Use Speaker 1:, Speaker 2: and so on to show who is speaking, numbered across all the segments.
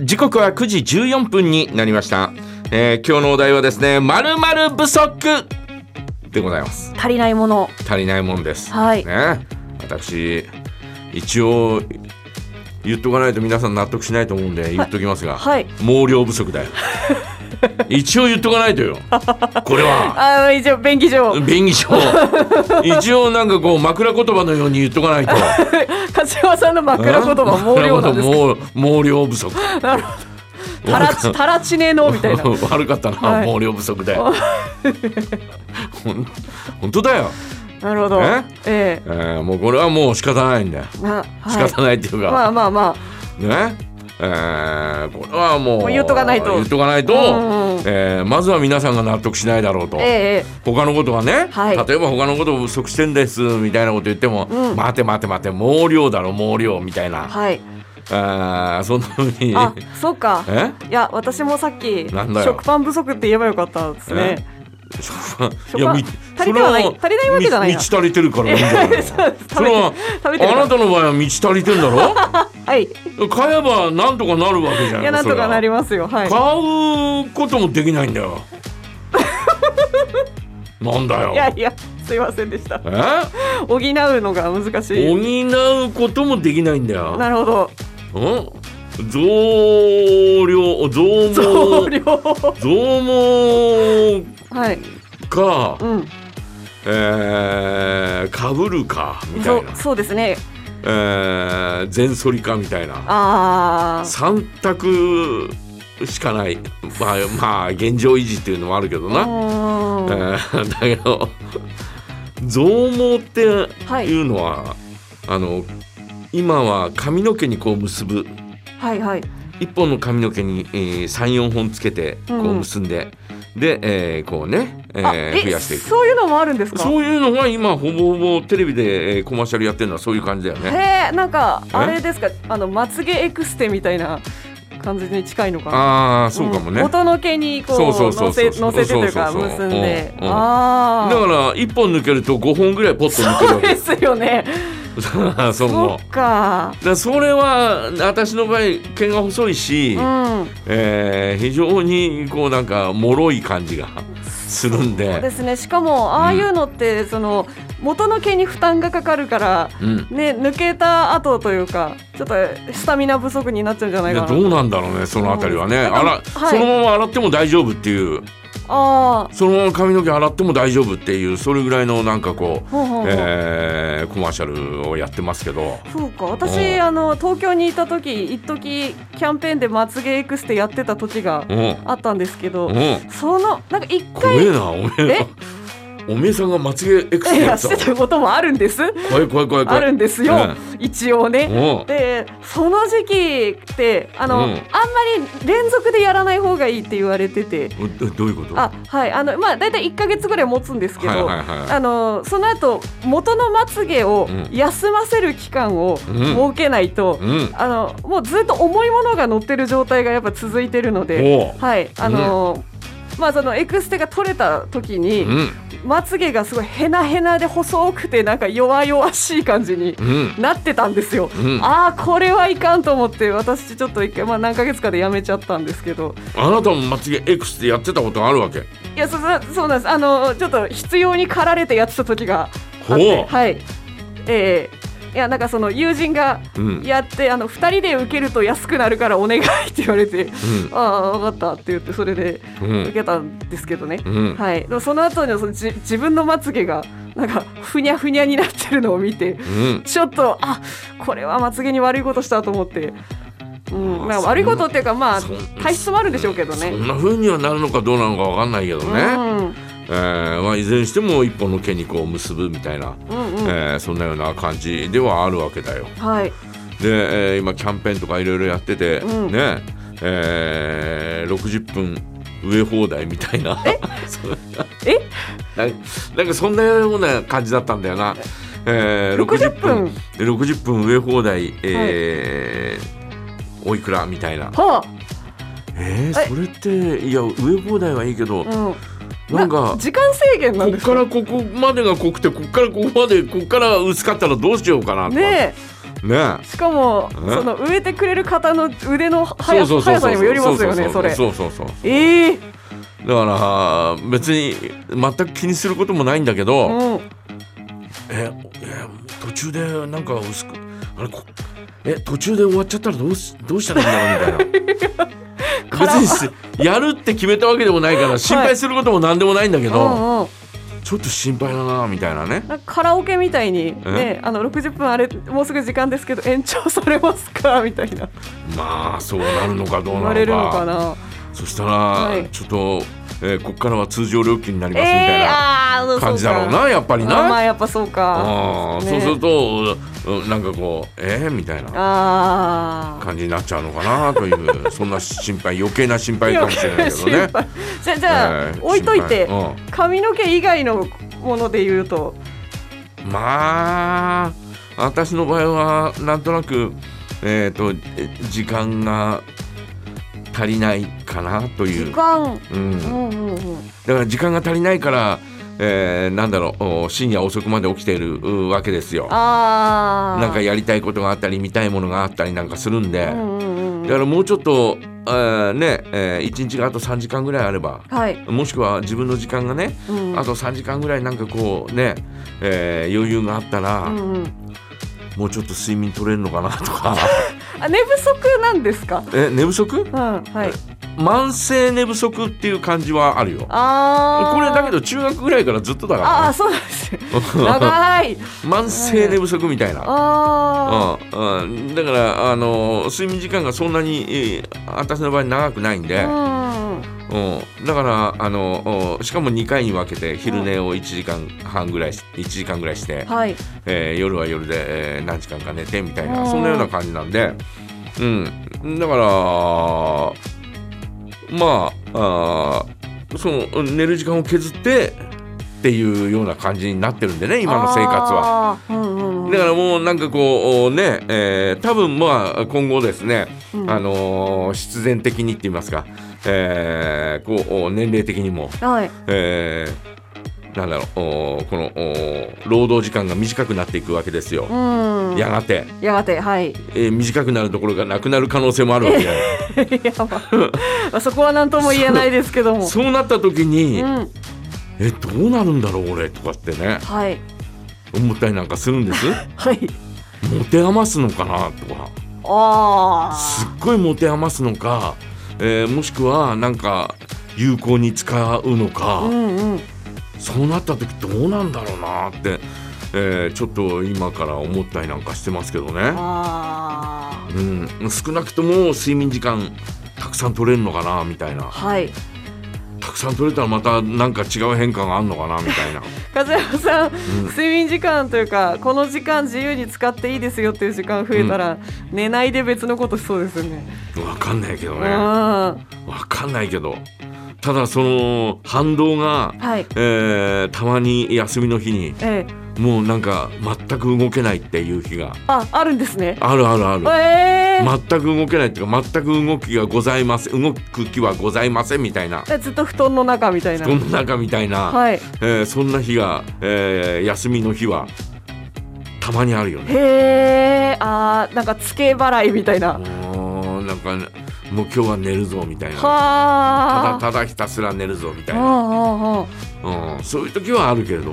Speaker 1: 時刻は9時14分になりました、えー今日のお題はですねまるまる不足でございます
Speaker 2: 足りないもの
Speaker 1: 足りないもんです、
Speaker 2: はい
Speaker 1: ね私一応言っとかないと皆さん納得しないと思うんで言っときますが、
Speaker 2: はい
Speaker 1: 毛量不足 だよ一応言っとかないとよこれは
Speaker 2: あー一応便宜上
Speaker 1: 便宜上一応なんかこう枕言葉のように言っとかないと
Speaker 2: 柏さんの 枕言葉毛量なんです
Speaker 1: 枕 言葉毛毛量不足
Speaker 2: けどなるほどたらちたらちねえのみたいな
Speaker 1: 悪かったな、
Speaker 2: はい
Speaker 1: 毛量不足で ほん本当だよ、
Speaker 2: なるほど
Speaker 1: え
Speaker 2: え
Speaker 1: えーもうこれはもう仕方ないんだよ
Speaker 2: えまあ
Speaker 1: 仕
Speaker 2: はい
Speaker 1: 方ないっていうか、
Speaker 2: まあまあま
Speaker 1: ねえーこれはもう
Speaker 2: もう言っとかないと
Speaker 1: 言っとかないと
Speaker 2: うんうん
Speaker 1: えーまずは皆さんが納得しないだろうと、
Speaker 2: あええ
Speaker 1: 他のことはね、
Speaker 2: はい
Speaker 1: 例えば他のこと不足してんですみたいなこと言っても、
Speaker 2: うん
Speaker 1: 待て待て待て毛量だろ毛量みたいな、
Speaker 2: はい
Speaker 1: あーそんなふうに
Speaker 2: あそうか
Speaker 1: え
Speaker 2: いや私もさっき
Speaker 1: なんだよ
Speaker 2: 食パン不足って言えばよかったですね
Speaker 1: いやみ
Speaker 2: 足りてはない
Speaker 1: それ
Speaker 2: 足りないわけじゃないな
Speaker 1: み満ち足りてるからいいんじゃないの
Speaker 2: そうです
Speaker 1: それは
Speaker 2: 食べてる
Speaker 1: あなたの場合は満ち足りてんだ ろ
Speaker 2: はいい
Speaker 1: 買えばなんとかなるわけじゃない
Speaker 2: やなんとかなりますよは
Speaker 1: 買
Speaker 2: い
Speaker 1: うこともできないんだ よなんだよ
Speaker 2: いやいやすいませんでした
Speaker 1: え
Speaker 2: 補うのが難しい
Speaker 1: 補うこともできないんだよ
Speaker 2: なるほど
Speaker 1: うん増量増
Speaker 2: 増
Speaker 1: 毛
Speaker 2: 量は
Speaker 1: 増
Speaker 2: い
Speaker 1: 毛か、
Speaker 2: うん
Speaker 1: えー、かぶるかみた
Speaker 2: そ
Speaker 1: いうな
Speaker 2: そうですね
Speaker 1: えー、全反りかみたいな
Speaker 2: ああ
Speaker 1: 三択しかないまあまあ現状維持っていうのもあるけどな、え
Speaker 2: は
Speaker 1: ーだけど増毛って
Speaker 2: はい
Speaker 1: いうのは、あの今は髪の毛にこう結ぶ
Speaker 2: いはい
Speaker 1: 一本の髪の毛に、えー、34本つけてこ
Speaker 2: う
Speaker 1: うん結んで、で、えーこうね、え
Speaker 2: あ
Speaker 1: ー増やしていく
Speaker 2: そういうのもあるんですか
Speaker 1: そういうのが今ほぼほぼテレビで、えーコマーシャルやってるのはそういう感じだよね。
Speaker 2: へえなんかあれですかあのまつげエクステみたいな感じに近いのかな
Speaker 1: ああそうかもね、
Speaker 2: うん元の毛にこ
Speaker 1: そうそううそう
Speaker 2: 乗
Speaker 1: そう
Speaker 2: せ乗せてというか
Speaker 1: そうそうそう
Speaker 2: 結んで
Speaker 1: うんうん
Speaker 2: あ
Speaker 1: だ
Speaker 2: あ
Speaker 1: から1本抜けると5本ぐらいポッと抜ける
Speaker 2: そ
Speaker 1: わ
Speaker 2: う
Speaker 1: け
Speaker 2: ですよね
Speaker 1: そうそう
Speaker 2: そ
Speaker 1: 思
Speaker 2: っか
Speaker 1: うだそれは私の場合毛が細いし、
Speaker 2: うん
Speaker 1: えー非常にこうなんか脆い感じがするん
Speaker 2: そうで
Speaker 1: です
Speaker 2: ねしかもああいうのって、その元の毛に負担がかかるから、
Speaker 1: うん
Speaker 2: ね、抜けた後というかちょっとスタミナ不足になっちゃうんじゃない
Speaker 1: で
Speaker 2: かな
Speaker 1: どうなんだろうねそのあたりはね
Speaker 2: うん
Speaker 1: あら、
Speaker 2: はい
Speaker 1: そのまま洗っても大丈夫っていう
Speaker 2: あ
Speaker 1: そのまま髪の毛洗っても大丈夫っていうそれぐらいのなんかこう、
Speaker 2: ほうほうほう
Speaker 1: えーコマーシャルをやってますけど
Speaker 2: あそうか
Speaker 1: う
Speaker 2: 私
Speaker 1: ん
Speaker 2: あの東京にいた時一時キャンペーンでまつげエクステやってた時が
Speaker 1: うんうん
Speaker 2: あったんですけど、そのなんか一
Speaker 1: 怖
Speaker 2: 回
Speaker 1: えなおめえおめえさんがまつげエクス
Speaker 2: い
Speaker 1: テや
Speaker 2: や
Speaker 1: ってた
Speaker 2: し
Speaker 1: の
Speaker 2: てたこともあるんです
Speaker 1: 怖い怖い怖い怖い
Speaker 2: あるんですよ、一応ね、
Speaker 1: うん
Speaker 2: でその時期ってあの、
Speaker 1: うん
Speaker 2: あんまり連続でやらない方がいいって言われてて
Speaker 1: うんどどういうこと
Speaker 2: あはいあのまあ大体1か月ぐらい持つんですけど、
Speaker 1: はいはいはい
Speaker 2: あのその後元のまつげを
Speaker 1: うん
Speaker 2: 休ませる期間を設けないと、
Speaker 1: うん
Speaker 2: あのもうずっと重いものが乗ってる状態がやっぱ続いてるので、
Speaker 1: おう
Speaker 2: はいあのまあ、そのエクステが取れた時に、
Speaker 1: うん
Speaker 2: まつげがすごいヘナヘナで細くてなんか弱々しい感じに
Speaker 1: うん
Speaker 2: なってたんですよ。
Speaker 1: うん
Speaker 2: ああこれはいかんと思って私ちょっと一回、まあ、何ヶ月かでやめちゃったんですけど
Speaker 1: あなたもまつげエクステやってたことあるわけ
Speaker 2: いやそそそうなんですあのちょっと必要に駆られてやってた時があっ
Speaker 1: ほ
Speaker 2: て
Speaker 1: う
Speaker 2: はいええいやなんかその友人が
Speaker 1: うん
Speaker 2: やって、あの2人で受けると安くなるからお願いって言われて、ああ分かったって言ってそれで
Speaker 1: う
Speaker 2: 受
Speaker 1: ん
Speaker 2: けたんですけどね、
Speaker 1: うん
Speaker 2: はい、でもその後にそのじ自分のまつげがなんかふにゃふにゃになってるのを見て
Speaker 1: うん
Speaker 2: ちょっとあこれはまつげに悪いことしたと思って、うん、
Speaker 1: あ
Speaker 2: ま
Speaker 1: そ
Speaker 2: あ
Speaker 1: んな
Speaker 2: 悪いことっていうかまあ
Speaker 1: そん
Speaker 2: 体質もあるんでしょうけど
Speaker 1: そ
Speaker 2: ね。
Speaker 1: んな風にはなるのかどうなのかわかんないけど
Speaker 2: う
Speaker 1: ね、
Speaker 2: ん
Speaker 1: えーまあ、いずれにしても一本の毛にこう結ぶみたいな、
Speaker 2: うんうん
Speaker 1: えーそんなような感じではあるわけだよ。
Speaker 2: はい、
Speaker 1: で、えー今キャンペーンとかいろいろやってて、
Speaker 2: うん
Speaker 1: ね、えー60分植え放題みたいなそう
Speaker 2: え
Speaker 1: なんかなんかそんなような感じだったんだよな。えー
Speaker 2: 60分
Speaker 1: で60分植え放題、えーおいくらみたいな。
Speaker 2: は
Speaker 1: えー
Speaker 2: え
Speaker 1: それっていや植え放題はいいけど、
Speaker 2: あ、うん、
Speaker 1: なんか
Speaker 2: 時間制限なん
Speaker 1: こ
Speaker 2: で
Speaker 1: っ
Speaker 2: すか
Speaker 1: からここまでが濃くてこっからここまでこっから薄かったらどうしようかなとか
Speaker 2: ねえ
Speaker 1: ね
Speaker 2: しかも
Speaker 1: え
Speaker 2: その植えてくれる方の腕の
Speaker 1: そ
Speaker 2: 速
Speaker 1: うそうそう
Speaker 2: 速
Speaker 1: そ
Speaker 2: さ
Speaker 1: う
Speaker 2: にもよりますよねそれ
Speaker 1: そうそうそう
Speaker 2: ええ
Speaker 1: だから別に全く気にすることもないんだけど、
Speaker 2: うん
Speaker 1: ええ途中でなんか薄くあれこえ途中で終わっちゃったらどうしどうしたらいいんだろうみた いな別にすやるって決めたわけでもないから心配することも何でもないんだけ
Speaker 2: う
Speaker 1: ど、
Speaker 2: んうん
Speaker 1: ちょっと心配だなみたいなね
Speaker 2: なんかカラオケみたいにねあの60分あれもうすぐ時間ですけど延長されますかみたいな
Speaker 1: まあそうなるのかどう
Speaker 2: 言
Speaker 1: なの
Speaker 2: われ
Speaker 1: か
Speaker 2: るのかな
Speaker 1: そしたら、
Speaker 2: い
Speaker 1: ちょっと、えーこっからは通常料金になり
Speaker 2: え
Speaker 1: ますみたい
Speaker 2: え
Speaker 1: な
Speaker 2: ああーそうか
Speaker 1: 感じだろうなやっぱり
Speaker 2: あーま
Speaker 1: な。
Speaker 2: あやっぱそう
Speaker 1: あ
Speaker 2: か
Speaker 1: ーそうすると、うんなんかこうえー、みたいな
Speaker 2: ああ
Speaker 1: 感じになっちゃうのかなという そんな心配余計な心配かもしれないけどね。
Speaker 2: じゃじゃあ、
Speaker 1: えー
Speaker 2: 置いといて、
Speaker 1: 心配
Speaker 2: 髪の毛以外のもので言うと
Speaker 1: うんまあ私の場合はなんとなく、えー、とえ時間が足りないかなと
Speaker 2: 時
Speaker 1: いう、
Speaker 2: 間
Speaker 1: うん、
Speaker 2: う
Speaker 1: だ
Speaker 2: んうんうん
Speaker 1: から時間が足りないから、えーなんだろうお深夜遅くまで起きているうわけですよ。
Speaker 2: ああ
Speaker 1: なんかやりたいことがあったり見たいものがあったりなんかするんで、
Speaker 2: うんうんうん
Speaker 1: だからもうちょっと、えーね、え1日があと3時間ぐらいあれば
Speaker 2: はい、
Speaker 1: もしくは自分の時間がね、
Speaker 2: うん、
Speaker 1: あと3時間ぐらいなんかこうね、えー余裕があったら、
Speaker 2: うんうん、
Speaker 1: もうちょっと睡眠取れるのかなとか
Speaker 2: あ寝不足なんですか
Speaker 1: え寝不足
Speaker 2: うんはい
Speaker 1: 慢性寝不足っていう感じはあるよ
Speaker 2: あー
Speaker 1: これだけど中学ぐらいからずっとだ
Speaker 2: ああ
Speaker 1: か
Speaker 2: そうなん ですね
Speaker 1: ら、ね、
Speaker 2: 長い
Speaker 1: 慢性寝不足みたいな。
Speaker 2: あ
Speaker 1: うんうん、だから、あの睡眠時間がそんなに、えー私の場合長くないん
Speaker 2: あ
Speaker 1: で、
Speaker 2: うん
Speaker 1: うん、だからあのおしかも2回に分けて昼寝を1時間半ぐらいし1時間ぐらいして、
Speaker 2: はい
Speaker 1: えー夜は夜で、えー何時間か寝てみたい
Speaker 2: うん
Speaker 1: なそんなような感じなんで、うん、だからまああーその寝る時間を削ってっていうような感じになってるんでね今の生活は。
Speaker 2: はうんうんうん
Speaker 1: だからもうなんかこうね、えー多分まあ今後ですね、
Speaker 2: うん
Speaker 1: あのー必然的にって言いますか、えーこう年齢的にも、
Speaker 2: はい
Speaker 1: えーなんだろうおーこのおー労働時間が短くなっていくわけですよ。
Speaker 2: うん
Speaker 1: やがて、
Speaker 2: やがてはい
Speaker 1: えー短くなるところがなくなる可能性もあるわけで、
Speaker 2: や ばまあそこは何とも言えないですけども
Speaker 1: そうなった時に、
Speaker 2: うん
Speaker 1: えどうなるんだろう俺とかってね
Speaker 2: はい
Speaker 1: 思ったりなんかするんです
Speaker 2: はい
Speaker 1: 持て余すのかなとか。
Speaker 2: あ
Speaker 1: すっ
Speaker 2: あ
Speaker 1: ごい持て余すのか、えーもしくはなんか有効に使うのか、
Speaker 2: うんうん
Speaker 1: そうなった時どうなんだろうなって、えーちょっと今から思ったりなんかしてますけどね、
Speaker 2: あ
Speaker 1: うん、少なくとも睡眠時間たくさん取れるのかなみたいな
Speaker 2: あはい
Speaker 1: たくさん取れたらまたなんか違う変化があるのかなみたい な
Speaker 2: 和山さん、
Speaker 1: ん
Speaker 2: 睡眠時間というかこの時間自由に使っていいですよっていう時間増えたら、寝ないで別のことしそうですよね。
Speaker 1: わかんないけど
Speaker 2: う
Speaker 1: ね
Speaker 2: んは
Speaker 1: わかんないけどただその反動が、
Speaker 2: い、
Speaker 1: えーたまに休みの日に
Speaker 2: ええ、
Speaker 1: もうなんか全く動けないっていう日が
Speaker 2: ああるんですね。
Speaker 1: あるあるある。
Speaker 2: ええ
Speaker 1: 全く動けないっていうか全く動きがございません動く気はございませんみたいな
Speaker 2: えずっと布団の中みたいな
Speaker 1: そ。んな中みたいな、
Speaker 2: はい、
Speaker 1: えーそんな日が、えー休みの日はたまにあるよね。
Speaker 2: へえあーなんか付け払いみたいな。
Speaker 1: もうなんかねもう今日は寝るぞみたいなただ
Speaker 2: はあ。
Speaker 1: ただひたすら寝るぞみたい
Speaker 2: うん
Speaker 1: な、
Speaker 2: うんうん
Speaker 1: うん、そういう時はあるけれど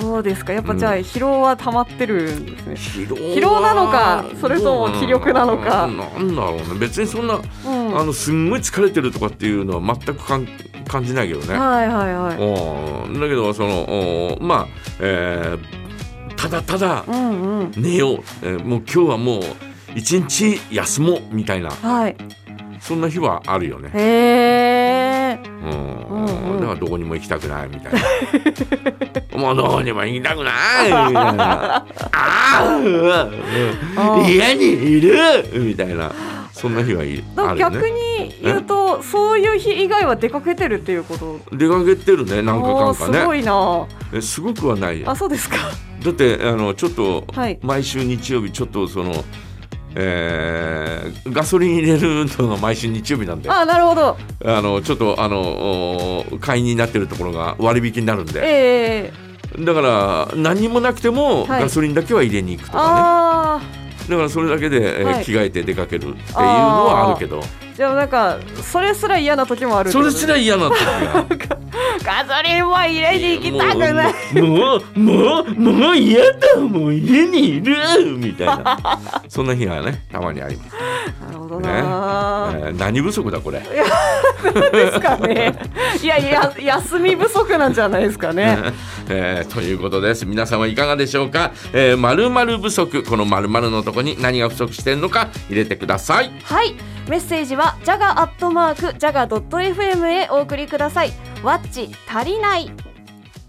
Speaker 2: そうですかやっぱじゃあ
Speaker 1: うん
Speaker 2: 疲労は溜まってるんですね。
Speaker 1: 疲労は
Speaker 2: 疲労なのかそれとも気力なのか
Speaker 1: うんなんだろうね別にそんな
Speaker 2: う
Speaker 1: あ
Speaker 2: ん、は
Speaker 1: のすんごい疲れてるとかっていうのは全くかん感じないけど
Speaker 2: い
Speaker 1: ね。
Speaker 2: はいはい。
Speaker 1: おーだけどそのおーまあ、えーただただ
Speaker 2: うんうん
Speaker 1: 寝よう、えーもう今日はもう一日休もうみたいな
Speaker 2: はい。
Speaker 1: そんな日はあるよね。
Speaker 2: へえ。
Speaker 1: うん
Speaker 2: うんうん
Speaker 1: だからどこにも行きたくないみたい な。もうどこにも行きたくないみたいな。ああ
Speaker 2: あー
Speaker 1: 家にいるみたいなそんな日はいる
Speaker 2: だか
Speaker 1: あ
Speaker 2: ら
Speaker 1: るよ
Speaker 2: 逆
Speaker 1: ね。
Speaker 2: に言うと、そういう日以外は出かけてるっていうこと。
Speaker 1: 出かけてるねなんかか
Speaker 2: お
Speaker 1: ん
Speaker 2: ー
Speaker 1: か
Speaker 2: すご
Speaker 1: ね
Speaker 2: いな。
Speaker 1: えすごくはないよ
Speaker 2: あ、そうですか。
Speaker 1: だってあのちょっと、
Speaker 2: はい
Speaker 1: 毎週日曜日ちょっとその、えーガソリン入れるのが毎週日曜日なんであ
Speaker 2: あ、なるほど。
Speaker 1: のちょっとあのお会員になってるところが割引になるんで
Speaker 2: ええ
Speaker 1: だから何にもなくても、
Speaker 2: はい
Speaker 1: ガソリンだけは入れに行くとか
Speaker 2: あ
Speaker 1: だからそれだけで、えー
Speaker 2: はい
Speaker 1: 着替えて出かけるっていうのはあるけど
Speaker 2: でもなんかそれすら嫌な時もあるって
Speaker 1: そ
Speaker 2: こと
Speaker 1: れ
Speaker 2: です
Speaker 1: ら嫌な時 が
Speaker 2: ガソリンは入れに行きたくない
Speaker 1: もうもうもうもう嫌だもう家にいるみたいなそんな日がねたまにあります、
Speaker 2: なるほど
Speaker 1: ねえ
Speaker 2: な、
Speaker 1: ー何不足だこれ、
Speaker 2: ですかね いやいや休み不足なんじゃないですかね
Speaker 1: えーということです皆さんはいかがでしょうかえー〇〇不足この〇〇のとこに何が不足してんのか入れてください
Speaker 2: はいメッセージはジャガアットマークジャガ .fm へお送りくださいワッチ足りない